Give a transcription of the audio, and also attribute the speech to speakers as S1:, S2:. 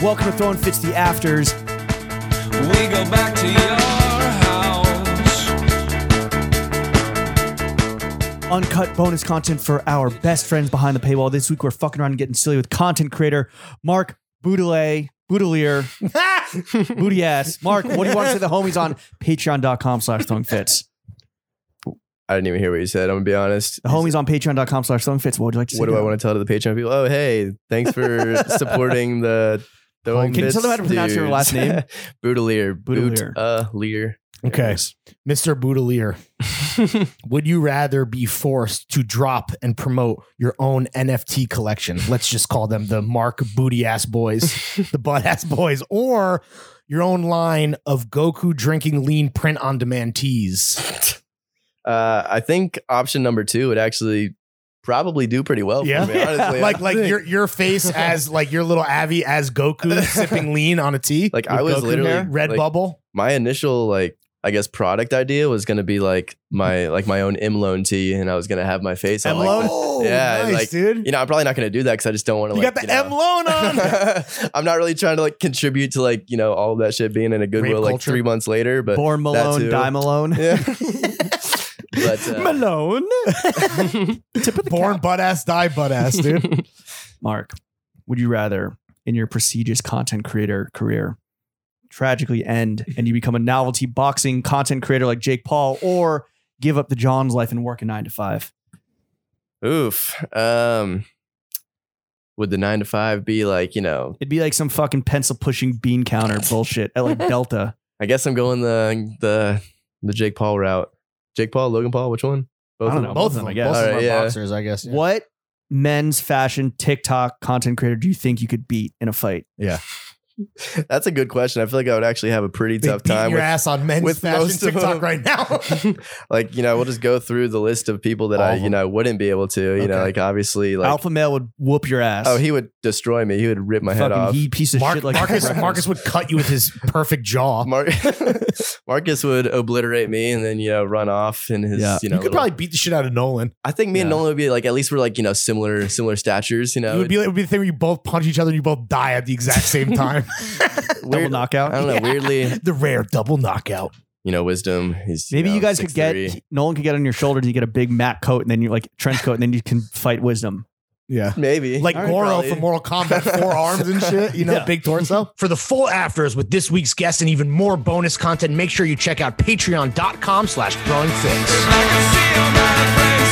S1: Welcome to Throwing Fits the Afters.
S2: We go back to your house.
S1: Uncut bonus content for our best friends behind the paywall. This week we're fucking around and getting silly with content creator Mark Boudelier. Boudelier. Booty ass. Mark, what do you want to say to the homies on patreon.com slash throwing fits?
S3: I didn't even hear what you said. I'm gonna be honest.
S1: The homies on patreon.com slash throwing fits. What would you like to say?
S3: What do
S1: to
S3: I
S1: them?
S3: want to tell to the Patreon people? Oh, hey, thanks for supporting the. Throwing
S1: Can you tell them how to
S3: Bits
S1: pronounce your
S3: dudes.
S1: last name?
S3: Boudelier.
S1: Boudelier.
S3: Boudelier.
S4: Okay. Mr. Boudelier, would you rather be forced to drop and promote your own NFT collection? Let's just call them the Mark Booty Ass Boys, the Butt Ass Boys, or your own line of Goku drinking lean print on demand teas.
S3: Uh, I think option number two would actually probably do pretty well
S4: Yeah?
S3: for me, honestly.
S4: like
S3: I
S4: like
S3: think.
S4: your your face as like your little Avi as Goku sipping lean on a tea.
S3: Like,
S4: with
S3: I was
S4: Goku
S3: literally-
S4: hair? red
S3: like-
S4: bubble.
S3: my initial like I guess product idea was gonna be like my like my own Imlone tea, and I was gonna have my face. on, like,
S4: M-Lone?
S3: the-
S4: Oh,
S3: Yeah,
S4: nice,
S3: like,
S4: dude.
S3: you know, I'm probably not gonna do that because I just don't want to.
S4: you
S3: like,
S4: got the
S3: you know,
S4: M loan on.
S3: I'm not really trying to like contribute to like you know all of that shit being in a goodwill like
S4: culture.
S3: three months later, but
S1: Born
S3: that
S1: Malone,
S3: too.
S1: Die Malone.
S3: yeah. but uh,
S1: Malone.
S4: Born butt ass, die butt ass, dude.
S1: Mark, would you rather in your prestigious content creator career tragically end and you become a novelty boxing content creator like Jake Paul or give up the John's life and work a nine to five?
S3: oof, um, would the nine to five be like you know?
S1: It'd be like some fucking pencil pushing bean counter bullshit at like Delta.
S3: I guess I'm going the the the Jake Paul route. Jake Paul, Logan Paul, which one? Both
S1: I don't
S3: of
S1: know.
S3: them.
S4: both of them,
S1: I
S4: I
S1: guess.
S4: guess. Both of them
S3: Alright,
S4: are
S3: yeah.
S4: boxers, I guess. yeah.
S1: What men's fashion TikTok content creator do you think you could beat in a fight?
S3: That's a good question. I feel like I would actually have a pretty
S4: They
S3: tough
S4: beat
S3: time
S4: your
S3: with
S4: ass on men's
S3: with
S4: fashion
S3: most of
S4: TikTok
S3: them.
S4: right now.
S3: like you know we'll just go through the list of people that
S4: All
S3: i
S4: of
S3: you know wouldn't be able to you know
S4: Okay.
S3: like obviously like
S1: Alpha male would whoop your ass.
S3: oh he would destroy me he would rip my head
S1: fucking
S3: off
S1: he piece of
S4: Mark-
S1: shit like
S4: Marcus,
S1: Records.
S4: Marcus would cut you with his perfect jaw.
S3: Mar- marcus would obliterate me and then you know run off in his
S1: Yeah.
S3: you
S4: you,
S3: know
S4: could
S3: little-
S4: probably beat the shit out of Nolan.
S3: i think me and
S1: Yeah.
S3: nolan would be like at least we're like you know similar similar statures you know
S4: it would be, it would be the thing where you both punch each other and you both die at the exact same time.
S1: double
S3: Weird-
S1: knockout.
S3: i don't know
S4: Yeah.
S3: weirdly
S4: the rare double knockout.
S3: you know wisdom he's
S1: Maybe
S3: know,
S1: you guys could get
S3: 6'3".
S1: Nolan could get on your shoulders and you get a big mat coat and then you like trench coat and then you can fight wisdom.
S4: Yeah.
S3: maybe
S4: Like
S3: Alright,
S4: Goro
S3: probably.
S4: from Mortal Kombat, four arms and shit, you know,
S1: Yeah.
S4: big torso. For the full afters with this week's guest and even more bonus content, make sure you check out patreon.com slash throwing fits.
S2: I can see on my face.